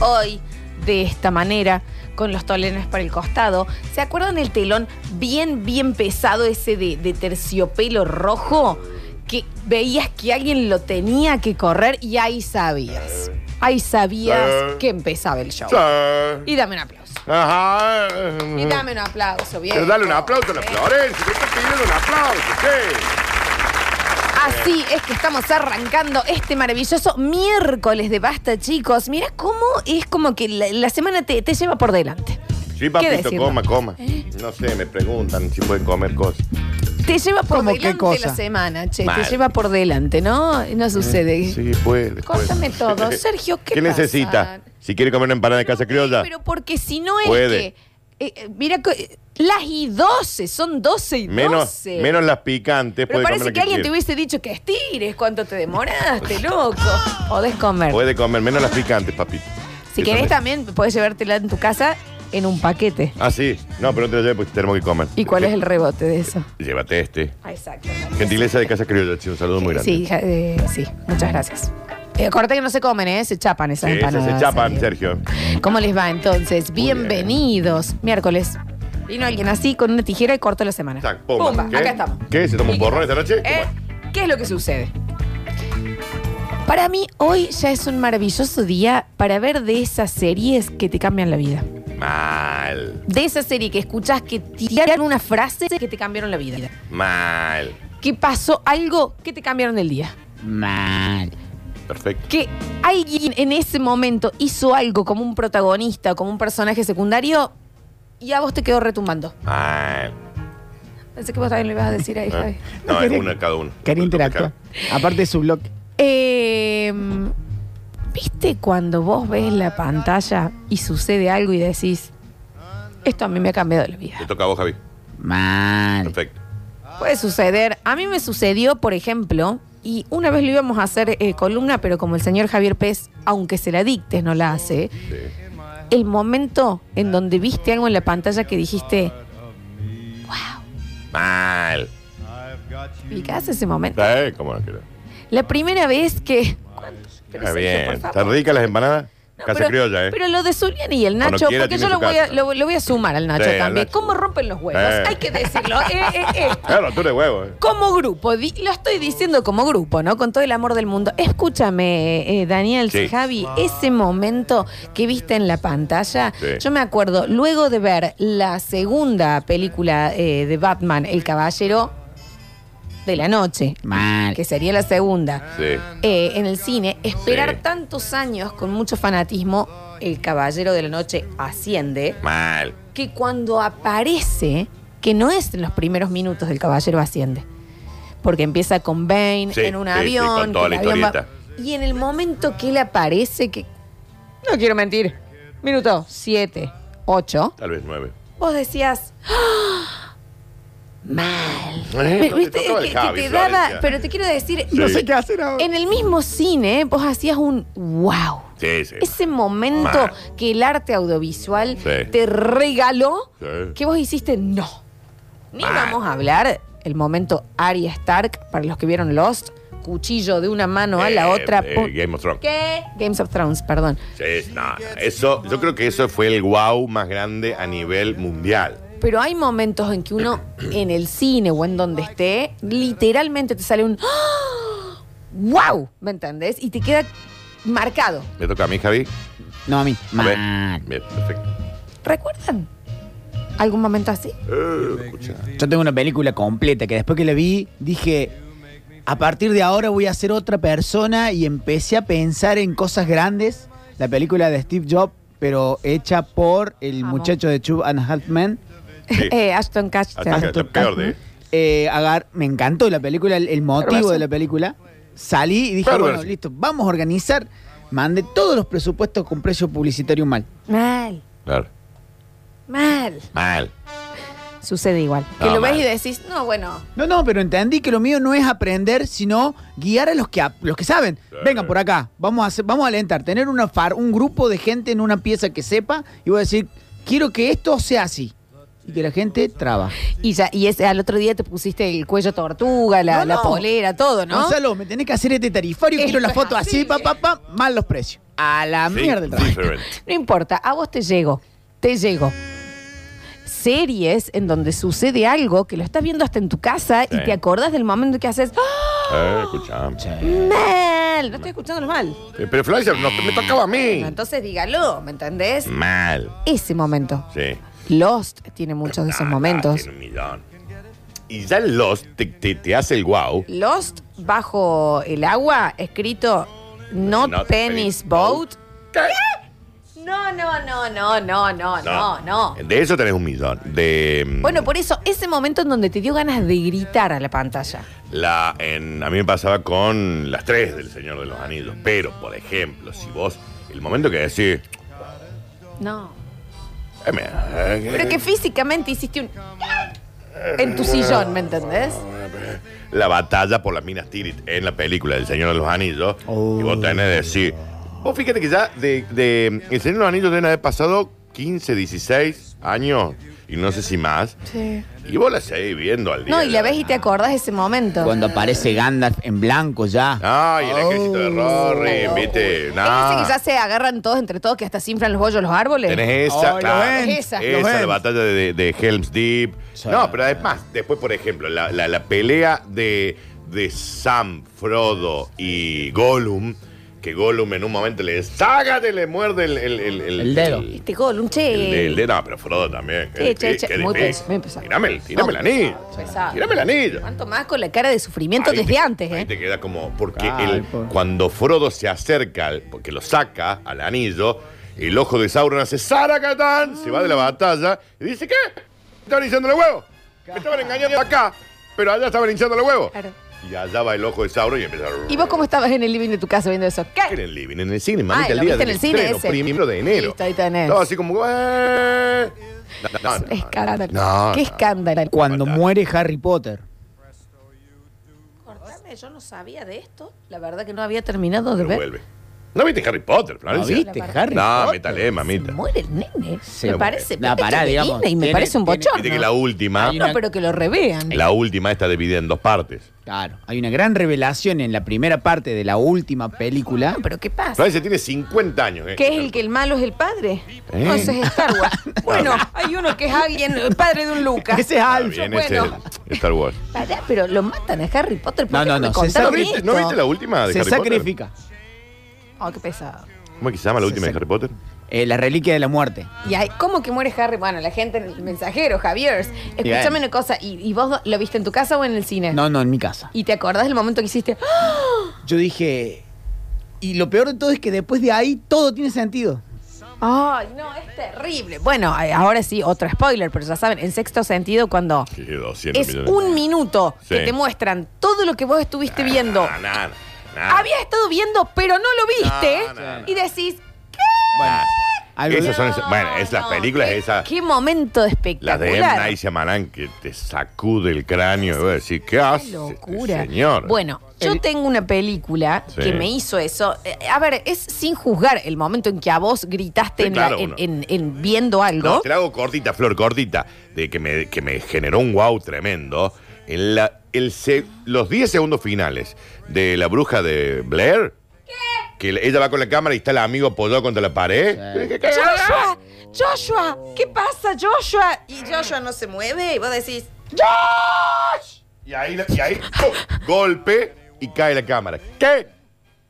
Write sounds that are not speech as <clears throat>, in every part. hoy de esta manera, con los tolenes para el costado. ¿Se acuerdan el telón bien, bien pesado ese de, de terciopelo rojo? Que veías que alguien lo tenía que correr y ahí sabías. Ahí sabías Sí. que empezaba el show. Sí. Y dame un aplauso. Ajá. Y dame un aplauso, bien. Pero dale un aplauso a la Eh, Florencia. Yo te pido un aplauso, sí. Así es que estamos arrancando este maravilloso miércoles de basta, chicos. Mira cómo es como que la, la semana te, te lleva por delante. Sí, papito, decirlo? ¿Eh? coma, coma. No sé, me preguntan si pueden comer cosas. Te lleva por ¿Cómo qué delante cosa? la semana, che. Mal. Te lleva por delante, ¿no? No sucede. Sí, puede. puede. Córtame <laughs> todo. Sergio, ¿qué pasa? necesita? Si quiere comer una empanada de casa criolla. Pero porque si no es Puede. que. eh, eh, mira, que- las y 12, son 12 y 12. Menos, menos las picantes. Pero puede parece comer que, lo alguien te quiere. hubiese dicho que estires, cuánto te <laughs> demoraste, loco. Podés comer. Puede comer menos las picantes, papito. Si Eso querés es. también podés llevártela en tu casa en un paquete. Ah, sí. No, pero no te lo lleves porque tenemos que comer. ¿Y cuál Sí. es el rebote de eso? Llévate este. Ah, exacto. Gentileza de Casa Criolla, che, un saludo muy grande. Sí, ja- eh, sí, muchas gracias. Eh, Acuérdate que no se comen, ¿eh? Se chapan Sí, esas esas empanadas. se chapan, ahí. Sergio. ¿Cómo les va entonces? Muy bien. Bienvenidos. Miércoles. Vino alguien así con una tijera y cortó la semana. Tac, pumba. Pumba, ¿Qué? acá estamos. ¿Qué? ¿Se toma un borrón esta noche? ¿Eh? Bueno, ¿Qué es lo que sucede? Para mí, hoy ya es un maravilloso día para ver de esas series que te cambian la vida. Mal, De esa serie que escuchas que tiraron una frase que te cambiaron la vida. mal. Que pasó algo que te cambiaron el día. Mal. Perfecto. Que alguien en ese momento hizo algo como un protagonista, como un personaje secundario, y a vos te quedó retumbando. Mal. Pensé que vos también lo ibas a decir ahí, Javi. <laughs> ¿Eh? No, <laughs> es una cada uno. Quería interactuar. Aparte de su blog. Eh, ¿Viste cuando vos ves la pantalla y sucede algo y decís, esto a mí me ha cambiado la vida? Te toca a vos, Javi. Mal. Perfecto. Puede suceder. A mí me sucedió, por ejemplo, y una vez lo íbamos a hacer eh, columna, pero como el señor Javier Pez, aunque se la dictes, no la hace, Sí. el momento en donde viste algo en la pantalla que dijiste, Mal. ¿picás ese momento? ¿Sabes cómo no quiero? La primera vez que... Pero Sergio, Está Ah, bien. por favor. ¿Están ricas las empanadas? No, Casa pero, criolla, ¿eh? pero lo de Zulian y el Nacho, Cuando quiera porque tiene yo su lo voy, a, casa. lo, lo voy a sumar al Nacho Sí, al también. Nacho. ¿Cómo rompen los huevos? Eh. Hay que decirlo. Eh, <laughs> eh, eh. Claro, tú de huevo, ¿eh? Como grupo, di- lo estoy diciendo como grupo, ¿no? Con todo el amor del mundo. Escúchame, eh, Daniel, Sí. Javi, ese momento que viste en la pantalla, Sí. yo me acuerdo, luego de ver la segunda película eh, de Batman, El Caballero de la Noche, Mal. que sería la segunda, Sí. eh, en el cine, esperar Sí. tantos años con mucho fanatismo, El Caballero de la Noche asciende Mal. que cuando aparece, que no es en los primeros minutos del Caballero Asciende, porque empieza con Bane Sí, en un sí, sí, avión. con que toda el la avión va- historieta. y en el momento que él aparece, que. No quiero mentir. Minuto 7, 8. Tal vez nueve. Vos decías. ¡Ah! Mal. Eh, Pero, no te ¿viste? tocó el Que- que Javi, te Florencia. daba- pero te quiero decir, Sí. No sé qué hacer ahora. en el mismo cine vos hacías un wow. Sí, sí. Ese momento Mal. que el arte audiovisual Sí. te regaló, Sí. que vos hiciste no. Ni Mal. vamos a hablar el momento Arya Stark, para los que vieron Lost, cuchillo de una mano a la Eh, otra. eh, pu- Game of Thrones. ¿Qué? Games of Thrones, perdón. Sí, no, eso, yo creo que eso fue el wow más grande a nivel mundial. Pero hay momentos en que <clears throat> uno, en el cine o en donde esté, literalmente te sale un wow, ¿me entendés? Y te queda marcado. Me toca a mí, Javi. No, a mí. A ver. Mal. Bien, perfecto. ¿Recuerdan algún momento así? Eh, escucha. Yo tengo una película completa que después que la vi dije, a partir de ahora voy a ser otra persona y empecé a pensar en cosas grandes. La película de Steve Jobs, pero hecha por el Amo. muchacho de Chub and Halfman. Sí. <laughs> Eh, Ashton Kutcher. Hasta que la Ah, peor de. Eh, agar- me encantó la película, el, el motivo Perverso. de la película. Salí y dije, Perverso. bueno, listo, vamos a organizar. Mandé todos los presupuestos con precio publicitario mal. Mal, Claro. mal. Mal. Sucede igual. Que No, lo ves mal. y decís, no, bueno, No, no, pero entendí que lo mío no es aprender, sino guiar a los que, a- los que saben. Sí. Vengan por acá, vamos a, hacer- vamos a alentar, tener una far, un grupo de gente en una pieza que sepa y voy a decir, quiero que esto sea así. y que la gente trabaja. Y ya, y ese, al otro día te pusiste el cuello tortuga, la, No, la no. polera, todo, ¿no? Gonzalo, me tenés que hacer este tarifario, Esto quiero la es foto así, así. pa, pa, pa, mal los precios. A la mierda el Think trabajo. different. No importa, a vos te llego, te llego. Series en donde sucede algo que lo estás viendo hasta en tu casa y Sí. te acordás del momento que haces ¡Ah, Eh, escuchame. mal, no estoy escuchándolo mal. Eh, Pero Fleischer, no, me tocaba a mí. Bueno, entonces dígalo, ¿me entendés? Mal. Ese momento. Sí. Lost tiene muchos de esos Ah, momentos. tiene un millón. Y ya el Lost te, te- te hace el wow. Lost bajo el agua, escrito Not, Not Penny's Penny's Boat. Boat. No, no, no, no, no, no, no, no. De eso tenés un millón. De, mm, Bueno, por eso, ese momento en donde te dio ganas de gritar a la pantalla. la, en- a mí me pasaba con las tres del Señor de los Anillos. Pero, por ejemplo, si vos, el momento que decís, No. eh, me- eh, Pero que físicamente hiciste un. En tu sillón, ¿me entendés? la batalla por las minas Tirith en la película del Señor de los Anillos, Oh. y vos tenés de decir, vos fíjate que ya de, de el Señor de los Anillos deben haber pasado 15, 16 años, y no sé si más, Sí. y vos la seguís viendo al día. No, y de la hoy. ves y te acordás de ese momento. Cuando aparece Gandalf en blanco ya. Ay, el ejército de Oh. Rory, viste. ¿Es ese Nah. que ya se agarran todos entre todos, que hasta sinfran los bollos los árboles? Tenés esa, Oh, lo claro. ven, Esa. Esa, lo la ven. batalla de, de Helm's Deep. Sí. No, pero además, después, por ejemplo, la, la- la pelea de, de Sam, Frodo y Gollum, que Gollum en un momento le ságate, le muerde el, el, el, El dedo. El, Este gol, un che. el- el dedo, no, pero Frodo también. Sí, Qué che, difícil, che, qué muy difícil. pesado, muy pesado. Tirame, el- tirame No, el anillo. pesado. Tirame el anillo. ¿Cuánto más con la cara de sufrimiento Ahí desde te- antes, Ahí eh? te queda como. Porque Ay, el- pobre. cuando Frodo se acerca, al- porque lo saca al anillo, el ojo de Sauron hace Saracatán, se va de la batalla y dice: ¿Qué? Me estaban hinchando los huevos. Me estaban engañando acá, pero allá estaban hinchando los huevos. Claro. Y allá va el ojo de Sauron y empieza a. ¿Y vos cómo estabas en el living de tu casa viendo eso? En ¿Qué? el living, en el cine, mamita, Ah, el lo día viste del en el cine estreno, ese. primero de enero. Listo, ahí tenés. Estaba así como. "Eh". No, no, no, no, no. Escándalo. No, Qué no. escándalo. Cuando Fatal. muere Harry Potter. Cortame, yo no sabía de esto. La verdad que no había terminado de Pero ver. vuelve. ¿No viste Harry Potter, ¿Lo Florencia? viste, Harry? No, Potter? métale, mamita. Muere el nene. Sí, me muere. parece. No, pará, que digamos, viene Y me tiene- parece un tiene- bochorno. Viste que la última. Hay No, una- pero que lo revean. La última está dividida en dos partes. Claro. Hay una gran revelación en la primera parte de la última película. No, pero ¿qué pasa? Florencia tiene 50 años. ¿eh? ¿Qué es el que el malo es el padre? Eh. No, ese es Star Wars. <laughs> Bueno, hay uno que es alguien, el padre de un Lucas. Ese es Ah, Alf. Alfa, bien, <laughs> ese bueno. es el Star Wars. Pará, pero lo matan a Harry Potter. ¿Por No, qué no, me no, se ¿No contaron viste, esto? no viste la última de Se Harry sacrifica. Ah, qué pesado. Potter? ¿Cómo es que se llama la Se última de sac- Harry Potter? Eh, la reliquia de la muerte. ¿Y ahí, cómo que muere Harry? Bueno, la gente, el mensajero, Javier. Escúchame Bien. una cosa. ¿Y, y vos lo viste en tu casa o en el cine? No, no, en mi casa. ¿Y te acordás del momento que hiciste? <gasps> Yo dije. Y lo peor de todo es que después de ahí todo tiene sentido. Ay, no, es terrible. Bueno, eh, ahora sí, otro spoiler, pero ya saben, en sexto sentido, cuando Sí, 200 es un minuto que Sí. te muestran todo lo que vos estuviste viendo, Nah, nah, nah. habías estado viendo, pero no lo viste, No, no, no. y decís, Bueno, algo- Esas son No, esas- bueno, Ah, es las no, películas qué- esas. Qué momento Las espectacular. de M. Night Shyamalan que te sacude el cráneo y vas a decir, ¿qué Qué hace? locura. este Ah, señor. Bueno, yo El- tengo una película Sí. que me hizo eso. Eh, a ver, es sin juzgar el momento en que a vos gritaste Sí, en, la- claro, en- uno. en- en viendo algo. No, te la hago cortita, Flor, cortita, de que me, que me generó un wow tremendo. En la, el se- los 10 segundos finales de la bruja de Blair, que le- ella va con la cámara y está el amigo apoyado contra la pared. Sí. Dije, ¿qué? Joshua, Joshua, ¿qué pasa, Joshua? Y Joshua no se mueve y vos decís, Y ahí, y ahí ¡pum! golpe y cae la cámara. ¿Qué?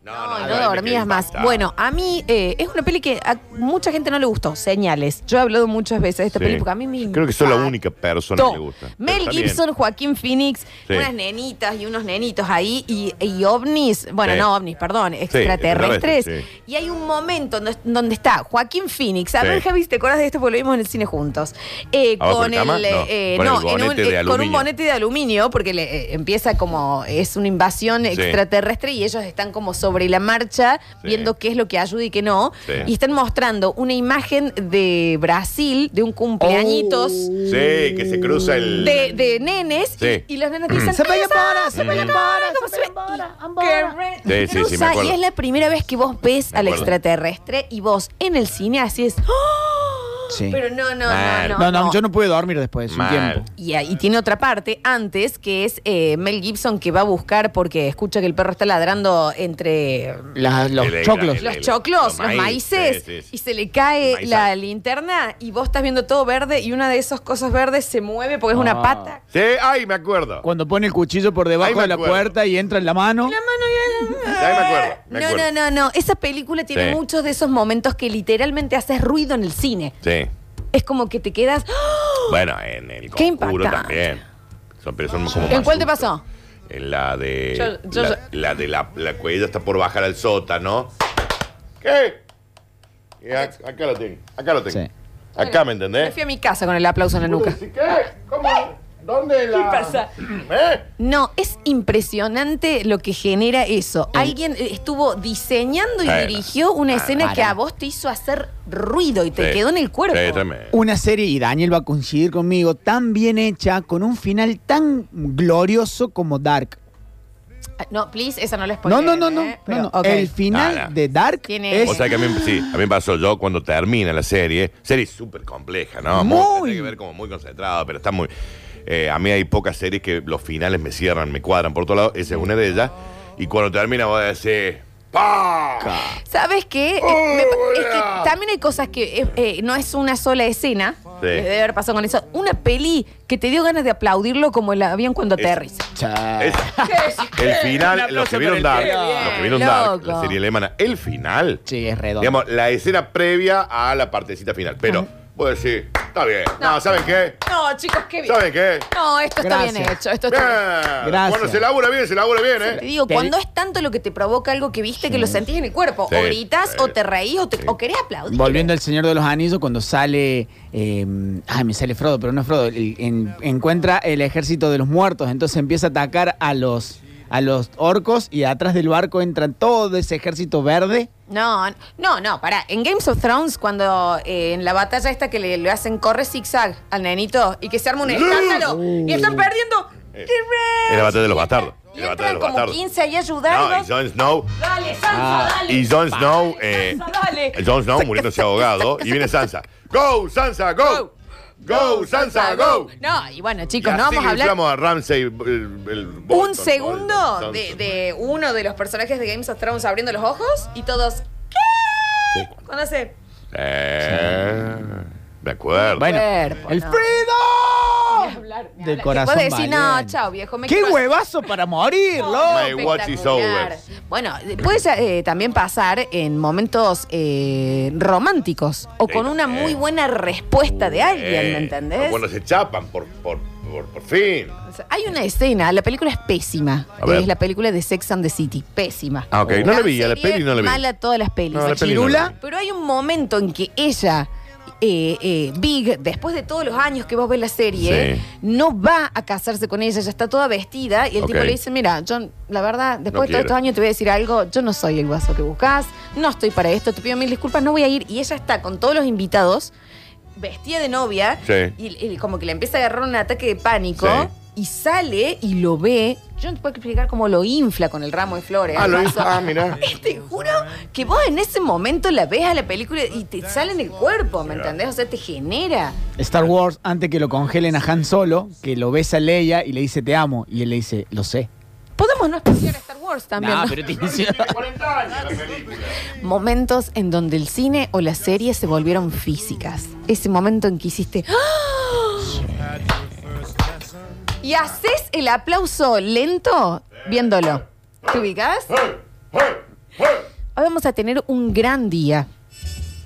no, yo ahí no me quedé dormías más. impactado. Bueno, a mí eh, es una peli que a mucha gente no le gustó, Señales. Yo he hablado muchas veces de esta Sí. peli porque a mí me Creo que soy la impactó. única persona que le gusta. Pero Mel está bien. Gibson, Joaquín Phoenix, Sí. unas nenitas y unos nenitos ahí, y, y ovnis, bueno, Sí. no ovnis, perdón, extraterrestres. extraterrestres, Y hay un momento donde, donde está Joaquín Phoenix. A Sí. ver, Javi, si ¿te acuerdas de esto? Porque lo vimos en el cine juntos. Eh, ¿Abajo con de la cama? el. eh, eh, No, con el no, en un- bonete de eh, con un aluminio. bonete de aluminio, porque le, eh, empieza como. Es una invasión Sí. extraterrestre y ellos están como sobre la marcha, Sí. viendo qué es lo que ayuda y qué no. Sí. Y están mostrando una imagen de Brasil, de un cumpleañitos Sí, que se cruza el. de, de nenes Sí. y, y los nenes dicen Se vaya "Elsa, para, se vaya Elsa, para, ¿cómo se se vaya ve?" para, Y ambora. que Sí, sí, sí, me cruza, acuerdo. y es la primera vez que vos ves Me al acuerdo. extraterrestre y vos en el cine así es "¡Ah!". Sí. Pero no, no, Mal. no, no. No, no, yo no pude dormir después de un Mal. tiempo. Y, ahí tiene otra parte antes, que es eh, Mel Gibson que va a buscar porque escucha que el perro está ladrando entre Las- los El- el- choclos. los el- choclos, los los maíz, maíces, sí, sí, sí. y se le cae El la maizal. linterna y vos estás viendo todo verde y una de esas cosas verdes se mueve porque es una Ah. pata. Sí, ay, me acuerdo. Cuando pone el cuchillo por Ahí debajo me de la acuerdo. puerta y entra en la mano. Ahí me acuerdo. me No, acuerdo. no, no, no. Esa película tiene Sí. muchos de esos momentos que literalmente haces ruido en el cine. Sí. Es como que te quedas. ¡Ah! Bueno, en el Qué conjuro impactante. también. Son, pero son como ¿En más cuál te sustos. pasó? En la de. Yo- yo- la, la de la, la cuella está por bajar al sótano. ¿Qué? Y a- acá lo tengo. Acá lo tengo. Sí. Acá, ¿me Me entendés? fui a mi casa con el aplauso en la nuca. ¿Qué? ¿Cómo? ¿Dónde la.? ¿Qué pasa? ¿Eh? No, es impresionante lo que genera eso. Alguien eh, estuvo diseñando y Bueno. ah, dirigió una escena para. que a vos te hizo hacer ruido y te Sí. quedó en el cuerpo. Sí, también. Una serie, y Daniel va a coincidir conmigo, tan bien hecha, con un final tan glorioso como Dark. Ah, No, please, esa no la No, spoileé, no, no, ¿eh? no. Pero, no, no. ok. El final No, no. de Dark Tiene- es O sea que a mí, sí, a mí me pasó yo cuando termina la serie, serie súper compleja, ¿no? Muy. Tiene que ver como muy concentrado, pero está muy... eh, a mí hay pocas series que los finales me cierran, me cuadran por todos lados, esa es una de ellas, y cuando termina voy a decir... ¡Pah! ¿Sabes qué? Eh, Oh, me pa- es que hola. también hay cosas que eh, eh, no es una sola escena. Sí. que Debe haber pasado con eso. Una peli que te dio ganas de aplaudirlo como el avión cuando Es- <laughs> aterriza. Cha- Es- el <laughs> Un final, aplauso los que para vieron el Dark, Teo. los que vieron Dark, Loco. la serie alemana, el final, Sí, es redondo. digamos, la escena previa a la partecita final, pero voy a decir, está bien, no, No. ¿saben qué? No, chicos, qué bien. ¿Saben qué? No, esto está bien Gracias. hecho. Esto Bien. está bien. Gracias. Cuando se labura bien, se labura bien, ¿eh? Te digo, Te- cuando es tanto lo que te provoca algo que viste que lo sentís en el cuerpo, Sí, o gritas, sí, o te reís, o, te, o querés aplaudir. eh. Volviendo al Señor de los Anillos, cuando sale. eh, ay, me sale Frodo, pero no es Frodo. el- en- encuentra el ejército de los muertos. Entonces empieza a atacar a los, a los orcos y atrás del barco entra todo ese ejército verde. No, no, no, pará. En Games of Thrones, cuando eh, en la batalla esta que le, le hacen corre zigzag al nenito y que se arma un escándalo y están perdiendo. ¡Qué Uh. Eh, Es la batalla de los Y entran- bastardos. Y Es la entran batalla de los como bastardos. 15 ahí a No, y ayudarlos. Jon Snow. dale, Sansa, Ah, dale. Y Jon Snow. Dale, Eh, Sansa, dale. Jon Snow muriéndose ahogado. Y viene Sansa. ¡Go, Sansa, go! ¡Go, Sansa, go! No, y bueno, Y chicos, no así vamos a hablar. inflamos a Ramsay. el- el Bolton, un segundo Bolton, de, Sansa. de uno de los personajes de Games of Thrones abriendo los ojos y todos. ¿Qué? Cuando hace. Eh, de acuerdo. Bueno, Cuerpo, el no. Freedom hablar, ni Del hablar. corazón Después decir, no, valiente. chao, viejo. Me ¡Qué quiero- huevazo para morir, loco! My watch is Espectacular. over. Bueno, puede ser, eh, también pasar en momentos eh, románticos o Sí, con una también. muy buena respuesta de alguien, Eh, ¿me entendés? Cuando se chapan, por, por, por, por fin. O sea, Hay una escena, la película es pésima. A ver. Es la película de Sex and the City, pésima. Ah, ok. No la vi, a la Serie peli no la vi. Mala todas las pelis. No, la peli Chirula. no la vi. Pero hay un momento en que ella, eh, eh, Big, después de todos los años que vos ves la serie, Sí. no va a casarse con ella, ya está toda vestida y el Ok. tipo le dice, mira, John, la verdad, No después de todos quiero. estos años te voy a decir algo, yo no soy el guaso que buscas, no estoy para esto, te pido mil disculpas, no voy a ir. Y ella está con todos los invitados, vestida de novia, Sí. y, y como que le empieza a agarrar un ataque de pánico. Sí. Y sale y lo ve. Yo no te puedo explicar cómo lo infla con el ramo de flores. Ah, al lo vaso. hizo. Ah, mirá. Eh, Te juro que vos en ese momento la ves a la película y te sale en el cuerpo, ¿me entendés? O sea, te genera. Star Wars, antes que lo congelen a Han Solo, que lo besa a Leia y le dice te amo. Y él le dice, lo sé. Podemos no especiar a Star Wars también. <laughs> No, ¿no? pero tiene- Momentos en donde el cine o las series se volvieron físicas. Ese momento en que hiciste. ¡Ah! Y haces el aplauso lento viéndolo. ¿Te ubicás? Hoy vamos a tener un gran día.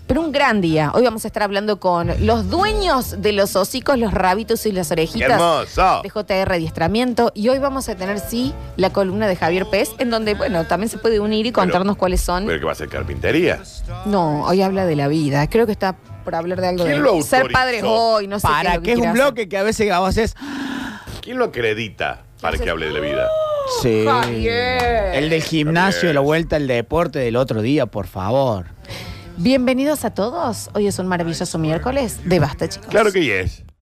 Pero un gran día. Hoy vamos a estar hablando con los dueños de los hocicos, los rabitos y las Qué orejitas. hermoso. de JR Adiestramiento y hoy vamos a tener, sí, la columna de Javier Pérez, en donde, bueno, también se puede unir y contarnos cuáles son. Pero que va a ser carpintería. no, hoy habla de la vida, creo que está por hablar de algo ¿Quién de lo ser autorizó? padres hoy, no sé qué Para lo que es un quiere bloque que a veces grabas es. ¿Quién lo acredita para que hable de la vida? Sí. Javier. El del gimnasio, Javier. la vuelta al deporte del otro día, por favor. hacer. Bienvenidos a todos, hoy es un maravilloso miércoles de Basta, chicos. Claro que yes.